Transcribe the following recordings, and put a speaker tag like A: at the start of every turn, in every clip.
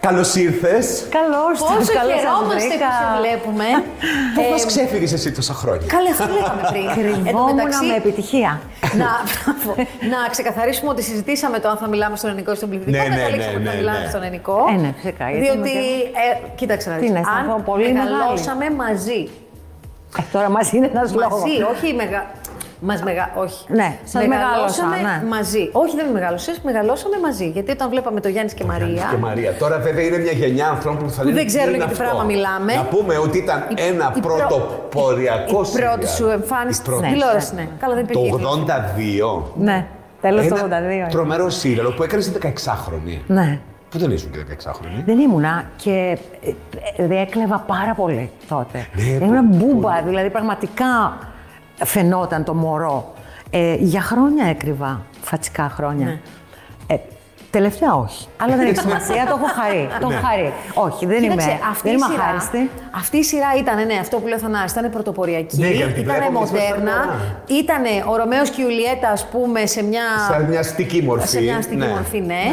A: Καλώς ήρθες.
B: Καλώς
C: Πόσο χαιρόμαστε που σε βλέπουμε. Ε,
A: Πώ ξέφυγες εσύ τόσα χρόνια.
C: Καλή αυτό λέγαμε πριν. Εν τω
B: Κρυβόμουν με επιτυχία.
C: να, μπράβο. να ξεκαθαρίσουμε ότι συζητήσαμε το αν θα μιλάμε στον ελληνικό ή στον πληθυντικό.
A: Ναι, ναι,
C: Καταλήξαμε
A: ναι,
C: ότι θα
A: ναι,
C: μιλάμε
A: ναι.
C: στον ελληνικό.
B: Ε, ναι, φυσικά, γιατί
C: Διότι.
B: είμαι
C: Ε, κοίταξε να
B: Τι
C: δεις.
B: να αισθανθώ,
C: Αν
B: πολύ μεγάλη.
C: μεγαλώσαμε μαζί.
B: Ε, τώρα μα είναι ένας λόγο.
C: Μαζί, όχι μεγα... Μας μεγα... Όχι.
B: Ναι, σας
C: μεγαλώσαμε
B: μεγάλωσα, ναι.
C: μαζί. Όχι, δεν με μεγαλώσες, μεγαλώσαμε μαζί. Γιατί όταν βλέπαμε το Γιάννης και Μαρία.
A: Και Μαρία. Τώρα βέβαια είναι μια γενιά ανθρώπων που θα λένε.
C: δεν
A: «Τι
C: ξέρουν
A: είναι
C: για τι
A: αυτό».
C: πράγμα μιλάμε.
A: Να πούμε ότι ήταν
C: η-
A: ένα
C: η πρω-
A: πρωτοποριακό
C: Η πρώτη
A: σειρά.
C: σου εμφάνιση
A: Η
C: στην
A: πρώτη.
C: τηλεόραση, ναι. Καλά, δεν υπήρχε.
A: Το 82.
B: Ναι, τέλος του
A: Ένα
B: 82.
C: ναι.
B: είναι.
A: Τρομερό σύλλογο που έκανες 16χρονη.
B: Ναι.
A: Πού δεν ήσουν και 16χρονη.
B: Δεν ήμουνα και ε, ε, διέκλεβα πάρα πολύ τότε.
A: Ναι,
B: Ήμουνα
A: πολύ.
B: μπούμπα, δηλαδή πραγματικά φαινόταν το μωρό. Ε, για χρόνια έκρυβα, φατσικά χρόνια.
C: Ναι.
B: Ε, τελευταία όχι, αλλά δεν έχει σημασία, το έχω χαρεί. Το έχω
A: Ναι.
B: χαρεί. Όχι, δεν
C: Κοίταξε,
B: είμαι,
C: αυτή,
B: δεν
C: η
B: είμαι
C: σειρά,
B: αχάριστη.
C: αυτή η σειρά ήταν, ναι, αυτό που λέω Θανάση, ήταν πρωτοποριακή,
A: Ναι, γιατί
C: ήταν
A: βλέπαμε και στα
C: μοντέρνα,
A: στενά.
C: ήταν ο Ρωμαίος και η Ιουλιέτα, ας πούμε, σε μια...
A: Σαν μια αστική μορφή.
C: Σε μια αστική
A: ναι.
C: μορφή, ναι.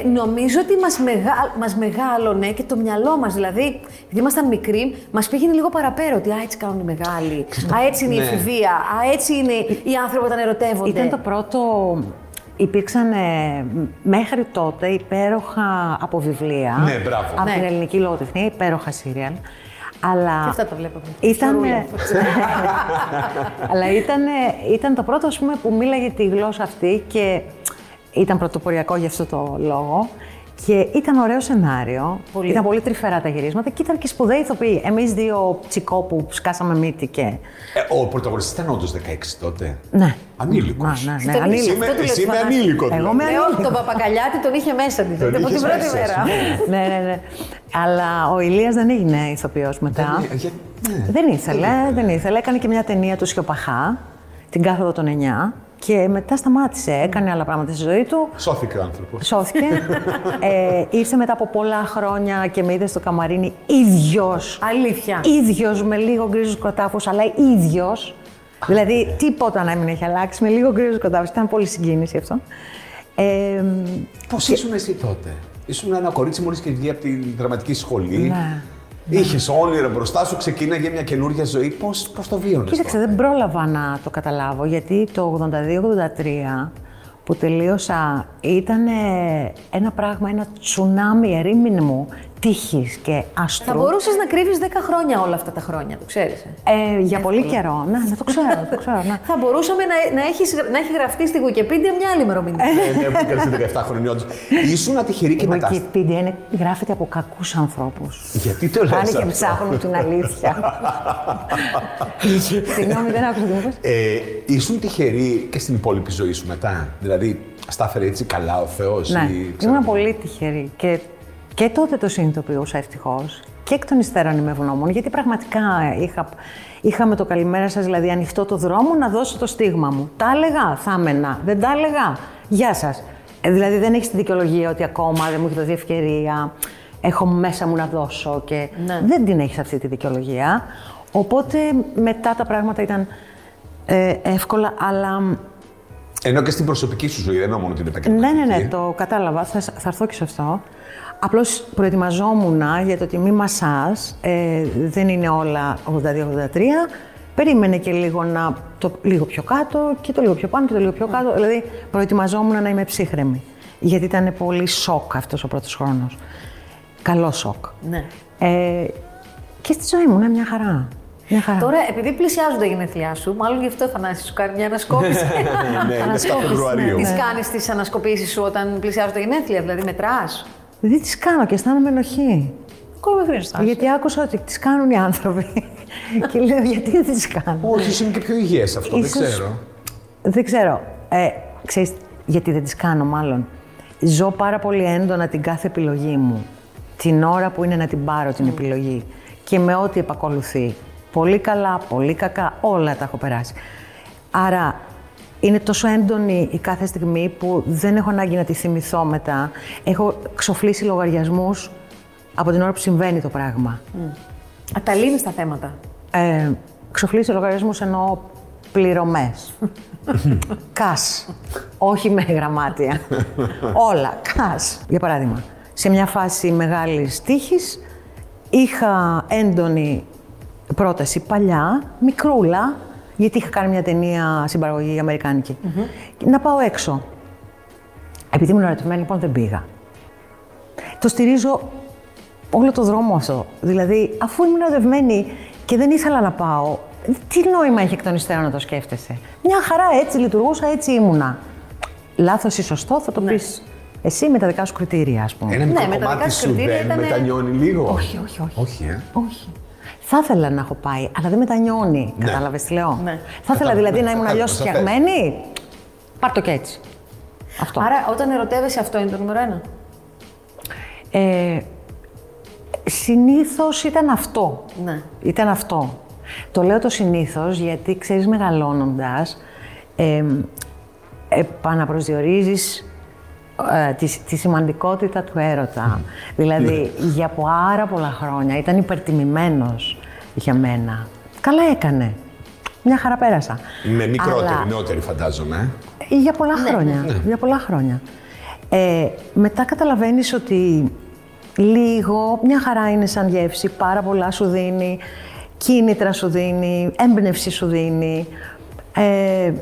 C: Ε, νομίζω ότι μας, μεγα... μας μεγάλωνε και το μυαλό μας, δηλαδή, επειδή ήμασταν μικροί, μας πήγαινε λίγο παραπέρα ότι α, έτσι κάνουν οι μεγάλοι, α, έτσι είναι η
A: Ναι.
C: εφηβεία, α, έτσι είναι οι άνθρωποι όταν ερωτεύονται.
B: Ήταν το πρώτο. Υπήρξαν ε, μέχρι τότε υπέροχα από βιβλία.
A: Ναι, μπράβο.
B: Από
C: Ναι.
B: την ελληνική λογοτεχνία, υπέροχα σύριαλ. Αλλά.
C: Και αυτά τα βλέπαμε.
B: Ήταν. ε,
C: Σωρούλια.
B: αλλά ήταν, ε, ήταν το πρώτο ας πούμε, που μίλαγε τη γλώσσα αυτή και ήταν πρωτοποριακό γι' αυτό το λόγο. Και ήταν ωραίο σενάριο.
C: Πολύ.
B: Ήταν πολύ τρυφερά τα γυρίσματα και ήταν και σπουδαίοι ηθοποιοί. Εμείς δύο τσικό που σκάσαμε μύτη και.
A: Ε, ο πρωταγωνιστής ήταν όντως 16 τότε.
B: Ναι.
A: Ανήλικος.
B: Να, ναι, ναι,
C: Ήταν
B: ανήλικο.
A: Εσύ είμαι,
C: ανήλικος. Αυτό του λέω
A: εσύ
C: στο
A: είμαι
C: Θανάση.
A: ανήλικο.
B: Εγώ
A: δηλαδή.
B: με
C: Ναι, όχι, τον Παπακαλιάτη τον είχε μέσα τη.
A: Τον
C: Από την
A: είχες
C: πρώτη
A: μέσα σου.
C: μέρα.
B: ναι, ναι, ναι. Αλλά ο Ηλίας δεν έγινε ηθοποιός μετά.
A: Ε, για- ναι.
B: Δεν ήθελε, δεν ήθελε. Έκανε και μια ταινία του Σιωπαχά, την κάθοδο των 9. Και μετά σταμάτησε. Έκανε άλλα πράγματα στη ζωή του.
A: Σώθηκε ο άνθρωπος.
B: Σώθηκε. ε, ήρθε μετά από πολλά χρόνια και με είδε στο καμαρίνι ίδιος.
C: Αλήθεια.
B: Ίδιος με λίγο γκρίζους κροτάφους, αλλά ίδιος. δηλαδή τίποτα να μην έχει αλλάξει, με λίγο γκρίζους κροτάφους. Ήταν πολύ συγκίνηση αυτό. Ε,
A: Πώ ήσουν εσύ τότε. Ήσουν ένα κορίτσι μόλις και βγει από την δραματική σχολή.
B: Ναι.
A: Είχες όνειρο μπροστά σου, ξεκίναγε μια καινούργια ζωή. Πώς πώς το βίωνες.
B: Κοίταξε, δεν πρόλαβα να το καταλάβω, γιατί το 82-83 που τελείωσα ήταν ένα πράγμα, ένα τσουνάμι ερήμην μου τύχης και άστρου.
C: Θα μπορούσες να κρύβεις 10 χρόνια όλα αυτά τα χρόνια, το ξέρεις.
B: Ε, για πολύ καιρό, ναι, ναι, το ξέρω, το ξέρω, ναι.
C: Θα μπορούσαμε να, να, έχεις, να έχει γραφτεί στη Wikipedia μια άλλη ημερομηνία.
A: Ναι, που έκανε 17 χρόνια, όντως. Ήσουν ατυχερή και
B: Η
A: μετά.
B: Wikipedia είναι, γράφεται από κακούς ανθρώπους.
A: Γιατί το
B: Πάνε και
A: λέω
B: ψάχνουν την αλήθεια. Συγγνώμη, δεν άκουσα τι μου είπες.
A: Ε, ήσουν τυχερή και στην υπόλοιπη ζωή σου μετά. Δηλαδή, στάφερε έτσι καλά ο Θεός.
B: Ναι, ήμουν πολύ τυχερή και, και τότε το συνειδητοποιούσα ευτυχώς. Και εκ των υστέρων είμαι ευγνώμων, γιατί πραγματικά είχα, είχα με το καλημέρα σας, δηλαδή ανοιχτό το δρόμο να δώσω το στίγμα μου. Τα έλεγα, θα έμενα. Δεν τα έλεγα. Γεια σας. Ε, δηλαδή δεν έχεις τη δικαιολογία ότι ακόμα δεν μου έχεις δοθεί ευκαιρία. Έχω μέσα μου να δώσω και
C: Ναι.
B: δεν την έχεις αυτή τη δικαιολογία. Οπότε μετά τα πράγματα ήταν ε, εύκολα, αλλά
A: Ενώ και στην προσωπική σου ζωή, δεν εννοώ μόνο την επαγγελματική.
B: ναι, ναι, ναι, το κατάλαβα. Θα, θα έρθω και σε αυτό. Απλώς προετοιμαζόμουν για το ότι μη μασά. Ε, δεν είναι όλα 82-83. Περίμενε και λίγο να το λίγο πιο κάτω και το λίγο πιο πάνω και το λίγο πιο κάτω. Δηλαδή προετοιμαζόμουν να είμαι ψύχρεμη. Γιατί ήταν πολύ σοκ αυτός ο πρώτος χρόνος. Καλό σοκ.
C: Ναι.
B: Ε, και στη ζωή μου, ναι, μια χαρά. Μια χαρά.
C: Τώρα, επειδή πλησιάζουν τα γενέθλιά σου, μάλλον γι' αυτό θα σου κάνει μια ανασκόπηση.
A: ναι, είναι στα
B: Ανασκόπηση,
A: Φεβρουαρίου. Ναι.
C: Τι κάνεις τι ανασκοπήσεις σου όταν πλησιάζουν τα γενέθλια, δηλαδή μετράς.
B: Δεν τι Δηλαδή, κάνω και αισθάνομαι ενοχή.
C: Ακόμα χρήστα.
B: Γιατί άκουσα ότι τις κάνουν οι άνθρωποι. και λέω, γιατί δεν τις κάνουν.
A: Όχι, ήσουν και πιο υγιές αυτό, δεν
B: Ίσως-
A: ξέρω.
B: δεν ξέρω. Ε, ξέρεις, γιατί δεν τις κάνω μάλλον. Ζω πάρα πολύ έντονα την κάθε επιλογή μου. Την ώρα που είναι να την πάρω την επιλογή. Και με ό,τι επακολουθεί. Πολύ καλά, πολύ κακά, όλα τα έχω περάσει. Άρα είναι τόσο έντονη η κάθε στιγμή που δεν έχω ανάγκη να τη θυμηθώ μετά. Έχω ξοφλήσει λογαριασμούς από την ώρα που συμβαίνει το πράγμα.
C: Αταλύνει τα θέματα.
B: Ε, ξοφλήσει λογαριασμού εννοώ πληρωμές. Κας. Όχι με γραμμάτια. Όλα. Κας. Για παράδειγμα. σε μια φάση μεγάλης τύχης. Είχα έντονη πρόταση παλιά, μικρούλα, γιατί είχα κάνει μια ταινία συμπαραγωγή αμερικάνικη, να πάω έξω. Επειδή ήμουν ερωτευμένη, λοιπόν, δεν πήγα. Το στηρίζω όλο το δρόμο αυτό. Δηλαδή, αφού ήμουν ερωτευμένη και δεν ήθελα να πάω, τι νόημα έχει εκ των υστέρων να το σκέφτεσαι. Μια χαρά έτσι λειτουργούσα, έτσι ήμουνα. Λάθος ή σωστό θα το
A: Ναι.
B: πεις εσύ με τα δικά σου κριτήρια, ας πούμε.
A: Ένα
C: Ναι,
A: μικρό
C: με τα δικά
A: κομμάτι
C: σου
A: σου
C: κριτήρια
A: δεν
C: ήτανε-
A: μετανιώνει λίγο.
B: Όχι, όχι, όχι.
A: Όχι, ε.
B: Όχι. Θα ήθελα να έχω πάει, αλλά δεν μετανιώνει.
A: Ναι.
B: Κατάλαβες τι λέω.
C: Ναι.
B: Θα ήθελα δηλαδή
A: ναι,
B: να ήμουν
A: κατάλαβα,
B: αλλιώς
A: σαφές.
B: φτιαγμένη. Πάρ το και έτσι. Αυτό.
C: Άρα, όταν ερωτεύεσαι, αυτό είναι το νούμερο ένα.
B: Ε, συνήθως ήταν αυτό.
C: Ναι.
B: Ήταν αυτό. Το λέω το συνήθως γιατί, ξέρεις, μεγαλώνοντας, ε, επαναπροσδιορίζεις ε, τη, τη σημαντικότητα του έρωτα. δηλαδή, για πάρα πολλά χρόνια ήταν υπερτιμημένος για μένα. Καλά έκανε. Μια χαρά πέρασα.
A: Με μικρότερη,
B: Αλλά-
A: νεότερη φαντάζομαι. ε.
B: για πολλά χρόνια. Για πολλά χρόνια. Ε, μετά καταλαβαίνεις ότι λίγο, μια χαρά είναι σαν γεύση, πάρα πολλά σου δίνει, κίνητρα σου δίνει, έμπνευση σου δίνει. Ε,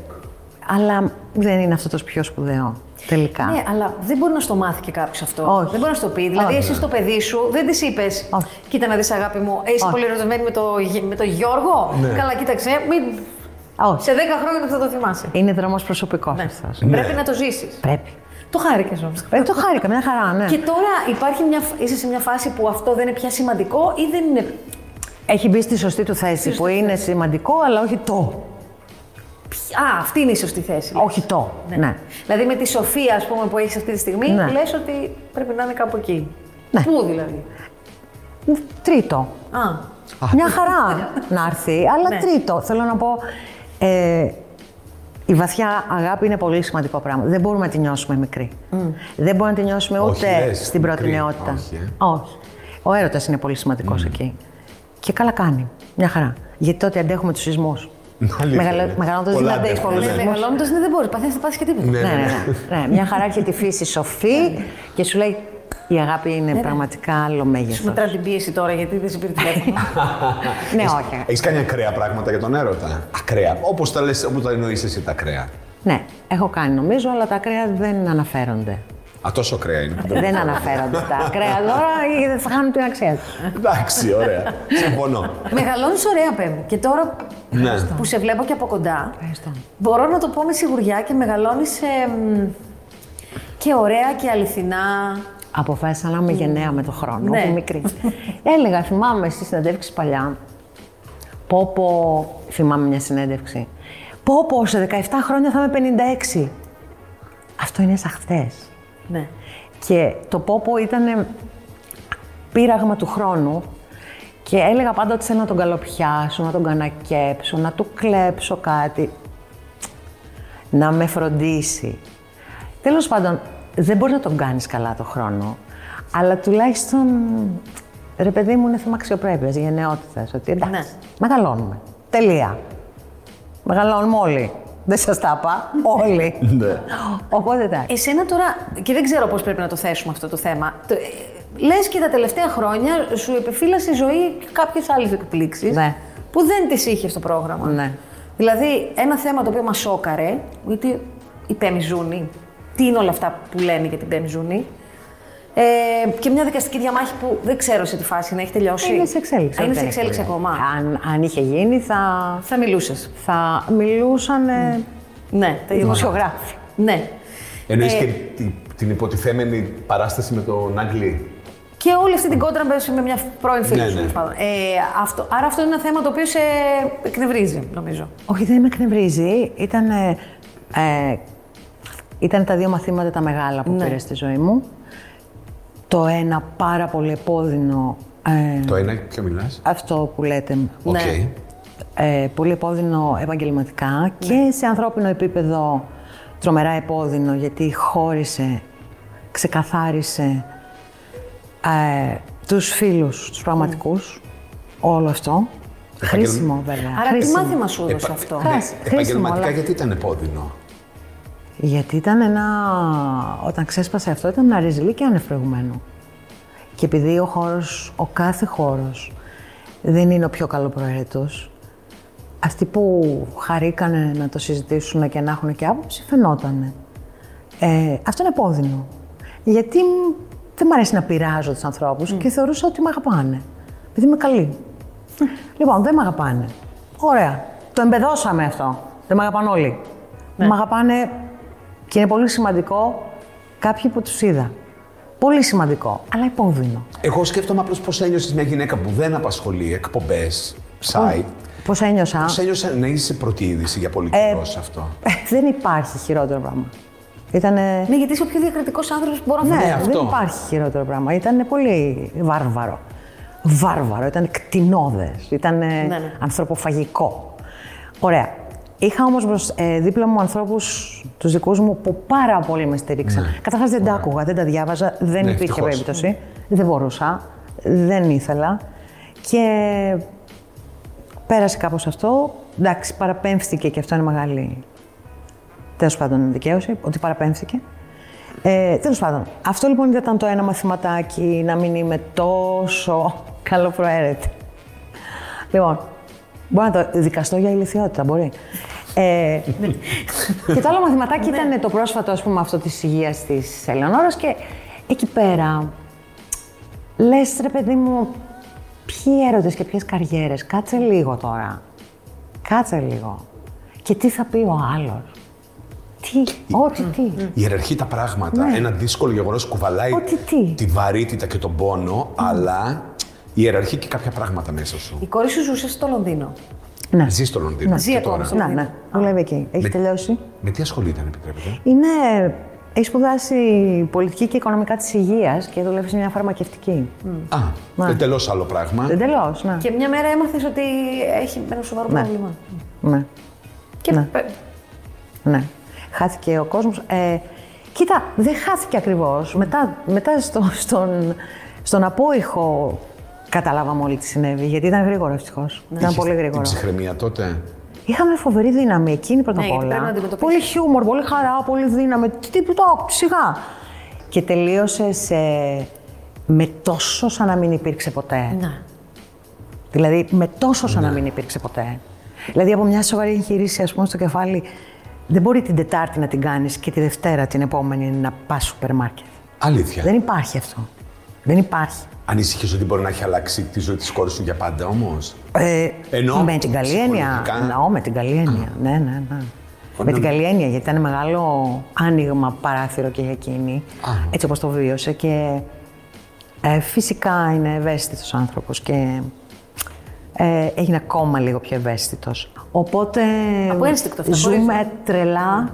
B: αλλά δεν είναι αυτός το πιο σπουδαίο τελικά.
C: Ναι, αλλά δεν μπορεί να στο μάθει και κάποιος αυτό.
B: Όχι.
C: Δεν μπορεί να στο πει. Δηλαδή,
B: Όχι. ναι.
C: εσύ στο παιδί σου δεν της είπες.
B: Όχι.
C: Κοίτα να δεις, αγάπη μου, ε, είσαι
B: Όχι.
C: πολύ ερωτευμένη με, το, Γι- με τον Γιώργο. Καλά, κοίταξε. Μην...
B: Όχι.
C: Σε 10 χρόνια θα το θυμάσαι.
B: Είναι δρόμος προσωπικός
C: Ναι.
B: αυτός.
C: Πρέπει να το ζήσεις.
B: Πρέπει.
C: Το χάρηκες όμως.
B: Ε, το χάρηκα, μια χαρά, ναι.
C: Και τώρα υπάρχει μια, φ- είσαι σε μια φάση που αυτό δεν είναι πια σημαντικό ή δεν είναι.
B: Έχει μπει στη σωστή του θέση, που είναι σημαντικό, αλλά όχι το.
C: πια- Α, αυτή είναι η σωστή θέση. λες.
B: Όχι το, ναι.
C: Δηλαδή με τη σοφία ας πούμε, που έχεις αυτή τη στιγμή,
B: Ναι.
C: λες ότι πρέπει να είναι κάπου εκεί.
B: Ναι.
C: Πού δηλαδή.
B: Τρίτο,
C: Α,
B: Μια χαρά να έρθει, αλλά
C: Ναι.
B: τρίτο. Θέλω να πω, ε, η βαθιά αγάπη είναι πολύ σημαντικό πράγμα. Δεν μπορούμε να τη νιώσουμε μικρή. Δεν μπορούμε να τη νιώσουμε
A: Όχι,
B: ούτε
A: λες,
B: στην πρώτη
A: μικρή.
B: νεότητα.
A: Όχι, ε.
B: Όχι. Ο έρωτας είναι πολύ σημαντικός εκεί. Και καλά κάνει. Μια χαρά. Γιατί τότε αντέχουμε τους σεισμούς.
A: Αλήθεια,
B: Μεγαλω-
A: ναι.
B: Μεγαλώνοντας
A: Πολλά
B: δεν αντέχεις
A: αντέχουμε,
B: πολλούς
A: ναι.
B: σεισμούς.
C: μεγαλώνοντα Ε, δεν μπορεί. Παθαίνει να πάθεις και τίποτα.
B: Ναι, ναι, ναι. ναι. Μια χαρά έρχεται η φύση σοφή και σου λέει η αγάπη είναι πραγματικά άλλο μέγεθος.
C: Μετρά την πίεση τώρα γιατί δεν σε πήρε τηλέφωνο.
B: Ναι, όχι.
A: Έχεις κάνει ακραία πράγματα για τον έρωτα. Ακραία. Όπως τα, λες, όπως τα εννοείς εσύ τα ακραία.
B: Ναι, έχω κάνει νομίζω, αλλά τα ακραία δεν αναφέρονται.
A: Α, τόσο ακραία είναι.
B: δεν αναφέρονται τα ακραία τώρα ή δεν θα χάνουν την αξία τους.
A: Εντάξει, ωραία. Συμφωνώ.
C: Μεγαλώνεις ωραία, Πέμπτη. Και τώρα
A: Ναι.
C: που σε βλέπω και από κοντά,
B: Ευχαριστώ.
C: μπορώ να το πω με σιγουριά και μεγαλώνεις και ωραία και αληθινά.
B: Αποφάσισα να είμαι γενναία με το χρόνο,
C: Ναι.
B: ναι. μικρή. Έλεγα, θυμάμαι στις συνεντεύξεις παλιά, πω πω, θυμάμαι μια συνέντευξη, πω πω, σε 17 χρόνια θα είμαι 56. Αυτό είναι σαν χθες.
C: Ναι.
B: Και το πόπο ήταν πείραγμα του χρόνου και έλεγα πάντα ότι θέλω να τον καλοπιάσω, να τον κανακέψω, να του κλέψω κάτι, να με φροντίσει. Τέλος πάντων, δεν μπορεί να τον κάνεις καλά το χρόνο, αλλά τουλάχιστον, ρε παιδί μου, είναι θέμα αξιοπρέπειας, γενναιότητας, ότι εντάξει,
C: Ναι.
B: μεγαλώνουμε, τελεία. Μεγαλώνουμε όλοι. Δεν σας τα είπα, όλοι.
A: Ναι.
B: Οπότε εντάξει.
C: Εσένα τώρα, και δεν ξέρω πώς πρέπει να το θέσουμε αυτό το θέμα, το, ε, λες και τα τελευταία χρόνια σου επιφύλασε η ζωή κάποιες άλλες εκπλήξεις
B: Ναι.
C: που δεν τις είχε στο πρόγραμμα.
B: Ναι.
C: Δηλαδή, ένα θέμα το οποίο μας σόκαρε, γιατί η Πέμι Ζούνη, τι είναι όλα αυτά που λένε για την Πέμι Ζούνη, ε, και μια δικαστική διαμάχη που δεν ξέρω σε τι φάση είναι, έχει τελειώσει.
B: Είναι σε εξέλιξη. ναι.
C: Α, είναι
B: δεν
C: σε
B: έχει
C: εξέλιξη
B: πρόβλημα.
C: ακόμα.
B: Αν, αν είχε γίνει θα,
C: Θα μιλούσες.
B: θα μιλούσαν ε,
C: Ναι, τα
B: οι
C: γεγονότα.
B: δημοσιογράφοι.
C: Ναι.
A: Εννοείς
B: Ε-
A: και τη- την υποτιθέμενη παράσταση με τον Άγγλι.
C: Και όλη αυτή την κόντρα με- με μια πρώην φίλη
A: Ναι,
C: σου.
A: ναι.
C: τέλος πάντων. Ε, αυτό, άρα αυτό είναι ένα θέμα το οποίο σε εκνευρίζει, νομίζω.
B: Όχι, δεν με εκνευρίζει. Ήταν, ε, ε, ήταν τα δύο μαθήματα τα μεγάλα που
C: Ναι.
B: πήρε στη ζωή μου. Το ένα πάρα πολύ επώδυνο, ε,
A: Το ένα, ποιο μιλάς.
B: αυτό που λέτε,
A: Οκ.
C: Ναι.
B: ε, πολύ επώδυνο επαγγελματικά
C: Ναι.
B: και σε ανθρώπινο επίπεδο τρομερά επώδυνο γιατί χώρισε, ξεκαθάρισε ε, τους φίλους, τους πραγματικούς, όλο αυτό. Χρήσιμο βέβαια.
C: Ναι. Άρα τι
B: χρήσιμο.
C: μάθημα σου έδωσε
A: Επα-
C: αυτό.
A: ναι,
B: Χρήσιμο,
A: Επαγγελματικά
B: αλλά-
A: γιατί ήταν επώδυνο.
B: Γιατί ήταν ένα, όταν ξέσπασε αυτό ήταν ένα ρεζιλί και ανεφρεγμένο. Και επειδή ο χώρος, ο κάθε χώρος δεν είναι ο πιο καλοπροαίρετος, αυτοί που χαρήκανε να το συζητήσουν και να έχουν και άποψη, φαινότανε. Ε, αυτό είναι επώδυνο. Γιατί μ, δεν μ' αρέσει να πειράζω τους ανθρώπους και θεωρούσα ότι με αγαπάνε. Επειδή είμαι καλή. λοιπόν, δεν με αγαπάνε. Ωραία. Το εμπεδώσαμε αυτό. Δεν με αγαπάνε όλοι. Με αγαπάνε και είναι πολύ σημαντικό κάποιοι που τους είδα. Πολύ σημαντικό, αλλά επώδυνο.
A: Εγώ σκέφτομαι απλώς πώς ένιωσες μια γυναίκα που δεν απασχολεί εκπομπές, site.
B: Πώς ένιωσα.
A: Πώς ένιωσες να είσαι πρώτη είδηση για πολύ καιρό
B: Ε,
A: σε αυτό.
B: δεν υπάρχει χειρότερο πράγμα. Ήτανε...
C: Ναι, γιατί είσαι ο πιο διακριτικός άνθρωπος που μπορώ να
A: Ναι,
C: φανταστώ.
A: αυτό.
B: δεν υπάρχει χειρότερο πράγμα. Ήταν πολύ βάρβαρο. Βάρβαρο, ήταν κτηνόδε, ήταν
C: ναι.
B: ανθρωποφαγικό. Ωραία. Είχα όμως δίπλα μου ανθρώπους, τους δικούς μου, που πάρα πολύ με στηρίξαν.
A: Ναι.
B: Καταρχάς δεν τα άκουγα, δεν τα διάβαζα, δεν
A: Ναι,
B: υπήρχε
A: ευτυχώς.
B: περίπτωση. Δεν μπορούσα, δεν ήθελα. Και πέρασε κάπως αυτό. Εντάξει, παραπέμφθηκε και αυτό είναι μεγάλη Τέλος πάντων, δικαίωση, ότι παραπέμφθηκε. Ε, Τέλος πάντων, αυτό λοιπόν ήταν το ένα μαθηματάκι, να μην είμαι τόσο καλοπροαίρετη. Λοιπόν, μπορώ να το δικαστώ για ηλικιότητα, μπορεί. Ε, και το άλλο μαθηματάκι
C: Ναι.
B: ήταν το πρόσφατο, ας πούμε, αυτό της υγείας της Ελεονόρας και εκεί πέρα λες, ρε παιδί μου, ποιοι έρωτες και ποιες καριέρες, κάτσε λίγο τώρα. Κάτσε λίγο. Και τι θα πει ο άλλος. Τι, ό,τι τι.
C: Ναι.
A: Ιεραρχεί τα πράγματα. Ένα δύσκολο γεγονός κουβαλάει
B: Ναι. Ότι τι.
A: τη βαρύτητα και τον πόνο, αλλά ιεραρχεί και κάποια πράγματα μέσα σου.
C: Η κόρη σου ζούσε στο Λονδίνο.
B: Ναι,
A: Ζει στο Λονδίνο.
C: Ζει
A: και
C: ακόμα
A: τώρα.
C: στο-
B: ναι, ναι. Δουλεύει εκεί. Έχει τελειώσει.
A: Με τι ασχολείται, αν επιτρέπετε.
B: Είναι, έχει σπουδάσει πολιτική και οικονομικά της υγείας και δουλεύει σε μια φαρμακευτική.
A: Α,
B: Ναι.
A: εντελώ άλλο πράγμα.
B: Εντελώς, ναι.
C: Και μια μέρα έμαθες ότι έχει ένα σοβαρό
B: Ναι.
C: πρόβλημα.
B: ναι.
C: Και
B: Ναι.
C: πε-
B: Ναι. Χάθηκε ο κόσμος. Ε, κοίτα, δεν χάθηκε ακριβώς. Μετά, μετά στο, στον, στον απόϊχο καταλάβαμε όλοι τι συνέβη, γιατί ήταν γρήγορο ευτυχώς. Ήταν
C: Ναι.
A: Είχες
B: πολύ
A: Την
B: γρήγορο.
A: ψυχραιμία τότε.
B: Είχαμε φοβερή δύναμη εκείνη πρώτα
C: Ναι,
B: απ'
C: γιατί
B: όλα.
C: πρέπει να αντιμετωπίσεις.
B: πολύ χιούμορ, πολύ χαρά, πολύ δύναμη. Τι που το, σιγά. Και τελείωσε σε... με τόσο σαν να μην υπήρξε ποτέ.
C: Ναι.
B: Δηλαδή, με τόσο σαν να μην υπήρξε ποτέ. Δηλαδή, από μια σοβαρή εγχειρήση, ας πούμε, στο κεφάλι, δεν μπορεί την Τετάρτη να την κάνεις και τη Δευτέρα την επόμενη να πας σούπερ μάρκετ.
A: Αλήθεια.
B: Δεν υπάρχει αυτό. Δεν υπάρχει.
A: Ανησυχείς ότι μπορεί να έχει αλλάξει τη ζωή της κόρης σου για πάντα όμως.
B: Ε,
A: Εννοώ
B: με την καλή έννοια.
A: ψυχολογικά.
B: Εννοώ με την καλή έννοια. Ναι, ναι, ναι. Με την καλή έννοια, γιατί ήταν μεγάλο άνοιγμα παράθυρο και για εκείνη,
A: Α.
B: έτσι όπως το βίωσε. Και ε, φυσικά είναι ευαίσθητος άνθρωπος και ε, έγινε ακόμα λίγο πιο ευαίσθητος. Οπότε
C: Από ένστικτο αυτό, χωρίς-
B: ζούμε τρελά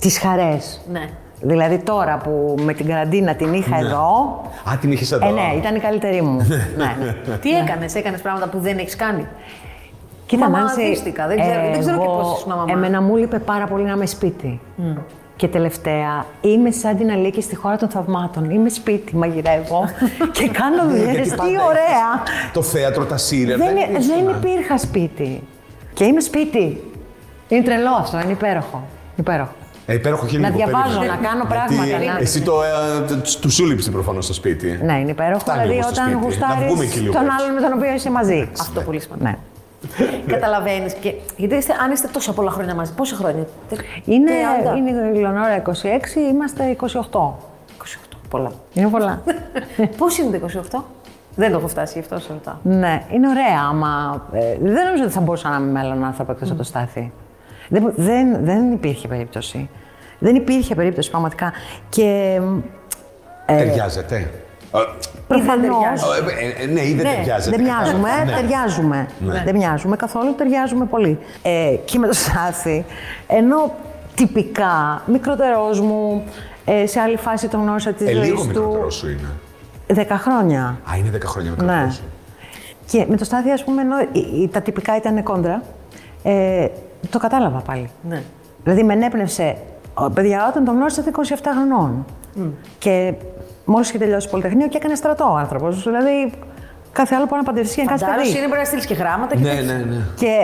B: τις χαρές.
C: ναι.
B: Δηλαδή τώρα που με την καραντίνα την είχα εδώ,
A: Α, την είχες Ναι. εδώ.
B: ε, ναι, ήταν η καλύτερη μου. ναι, ναι.
C: Τι έκανες, έκανες πράγματα που δεν έχεις κάνει.
B: Κοίτα,
C: Μαμά,
B: Νάνση,
C: δύστηκα. Δεν ξέρω- δεν ξέρω και
B: εγώ-
C: πώς ήσουν μαμά.
B: Εμένα μου λείπε πάρα πολύ να είμαι σπίτι. Και τελευταία, είμαι σαν την Αλίκη στη χώρα των θαυμάτων. Είμαι σπίτι, μαγειρεύω και κάνω
C: Ναι,
B: δουλειές.
A: Γιατί
B: Τι
A: πάντα
B: ωραία!
A: έχεις Το θέατρο, τα σύρια.
B: δεν, ε- δεν
C: ναι.
A: ήσουν.
B: υπήρχα σπίτι. Και είμαι σπίτι. Είναι τρελό αυτό, είναι υπέροχο. υπέροχο.
A: Ε, υπέροχο χίλιο.
B: Να διαβάζω, να κάνω πράγματα, ναι. να-
A: Εσύ το, ε, τ- του σου λείψει προφανώς στο σπίτι.
B: Ναι, είναι υπέροχο.
A: Φτάνει λίγο
B: δηλαδή,
A: στο
B: όταν
A: σπίτι. Να βγούμε και
B: γουστάρεις
A: λίγο
B: τον
A: έτσι.
B: άλλον με τον οποίο είσαι μαζί.
C: Αυτό πολύ σημαντικό.
B: Ναι.
C: Καταλαβαίνεις. Και... Γιατί είστε, αν είστε τόσα πολλά χρόνια μαζί, πόσα χρόνια.
B: Είναι,
C: 30.
B: είναι η Λεωνόρα 26, είμαστε 28.
C: 28. Πολλά.
B: Είναι πολλά.
C: Πώς είναι το 28, Δεν το έχω φτάσει, γι' αυτό σε ρωτάω.
B: Ναι, είναι ωραία, άμα. ε, δεν νομίζω ότι θα μπορούσα να είμαι μέλλον άνθρωπο εκτός από το στάθι. Δεν, μπο- δεν, δεν υπήρχε περίπτωση. Δεν υπήρχε περίπτωση πραγματικά. Και
A: Ταιριάζεται. Ε,
B: προφανώς.
C: ταιριάζει.
A: ε, ε, Ναι, ή δεν ταιριάζεται.
B: Δεν μοιάζουμε,
A: Ναι.
B: ταιριάζουμε.
A: Ναι.
B: Δεν μοιάζουμε καθόλου, ταιριάζουμε πολύ. Ε, και με το στάθι, ενώ τυπικά μικρότερός μου, ε, σε άλλη φάση τον γνώρισα της
A: Ε,
B: ζωή
A: λίγο
B: του.
A: μικρότερος σου είναι.
B: 10 χρόνια.
A: Α, είναι 10 χρόνια
B: Ναι.
A: μικρότερο σου.
B: Και με το στάδιο, ας πούμε, ενώ η- η- τα τυπικά ήταν κόντρα, ε, το κατάλαβα πάλι.
C: Ναι.
B: Δηλαδή με ενέπνευσε. «Ω, Παιδιά, όταν τον γνώρισα ήταν 27 χρονών. Και μόλις είχε τελειώσει Πολυτεχνείο και έκανε στρατό ο άνθρωπος. Δηλαδή, κάθε άλλο μπορεί να παντρευτεί και να κάνεις
C: Φαντάρωση
B: παιδί.
C: είναι πρέπει να στείλεις και γράμματα και
A: Ναι, ναι, ναι.
B: Και,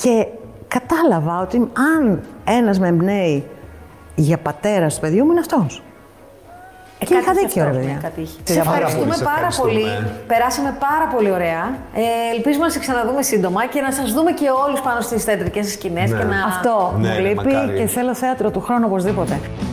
B: και κατάλαβα ότι αν ένας με εμπνέει για πατέρας του παιδιού μου είναι αυτός.
C: Ε,
B: Και
C: κάτι
B: είχα
C: είχε
B: δίκιο,
C: αυτό,
B: ρε
C: ναι,
B: παιδιά.
C: κάτι είχε.
B: Σε
C: Σε
A: πάρα
C: ευχαριστούμε
A: πολύ, σε
C: πάρα πολύ.
A: ευχαριστούμε.
C: Περάσαμε πάρα πολύ ωραία. Ε, ελπίζουμε να σε ξαναδούμε σύντομα και να σας δούμε και όλους πάνω στις θεατρικές σκηνές.
A: Ναι.
C: Και να...
B: Αυτό
A: Ναι,
B: μου
A: ναι,
B: λείπει
A: μακάρι.
B: και θέλω θέατρο του χρόνου οπωσδήποτε.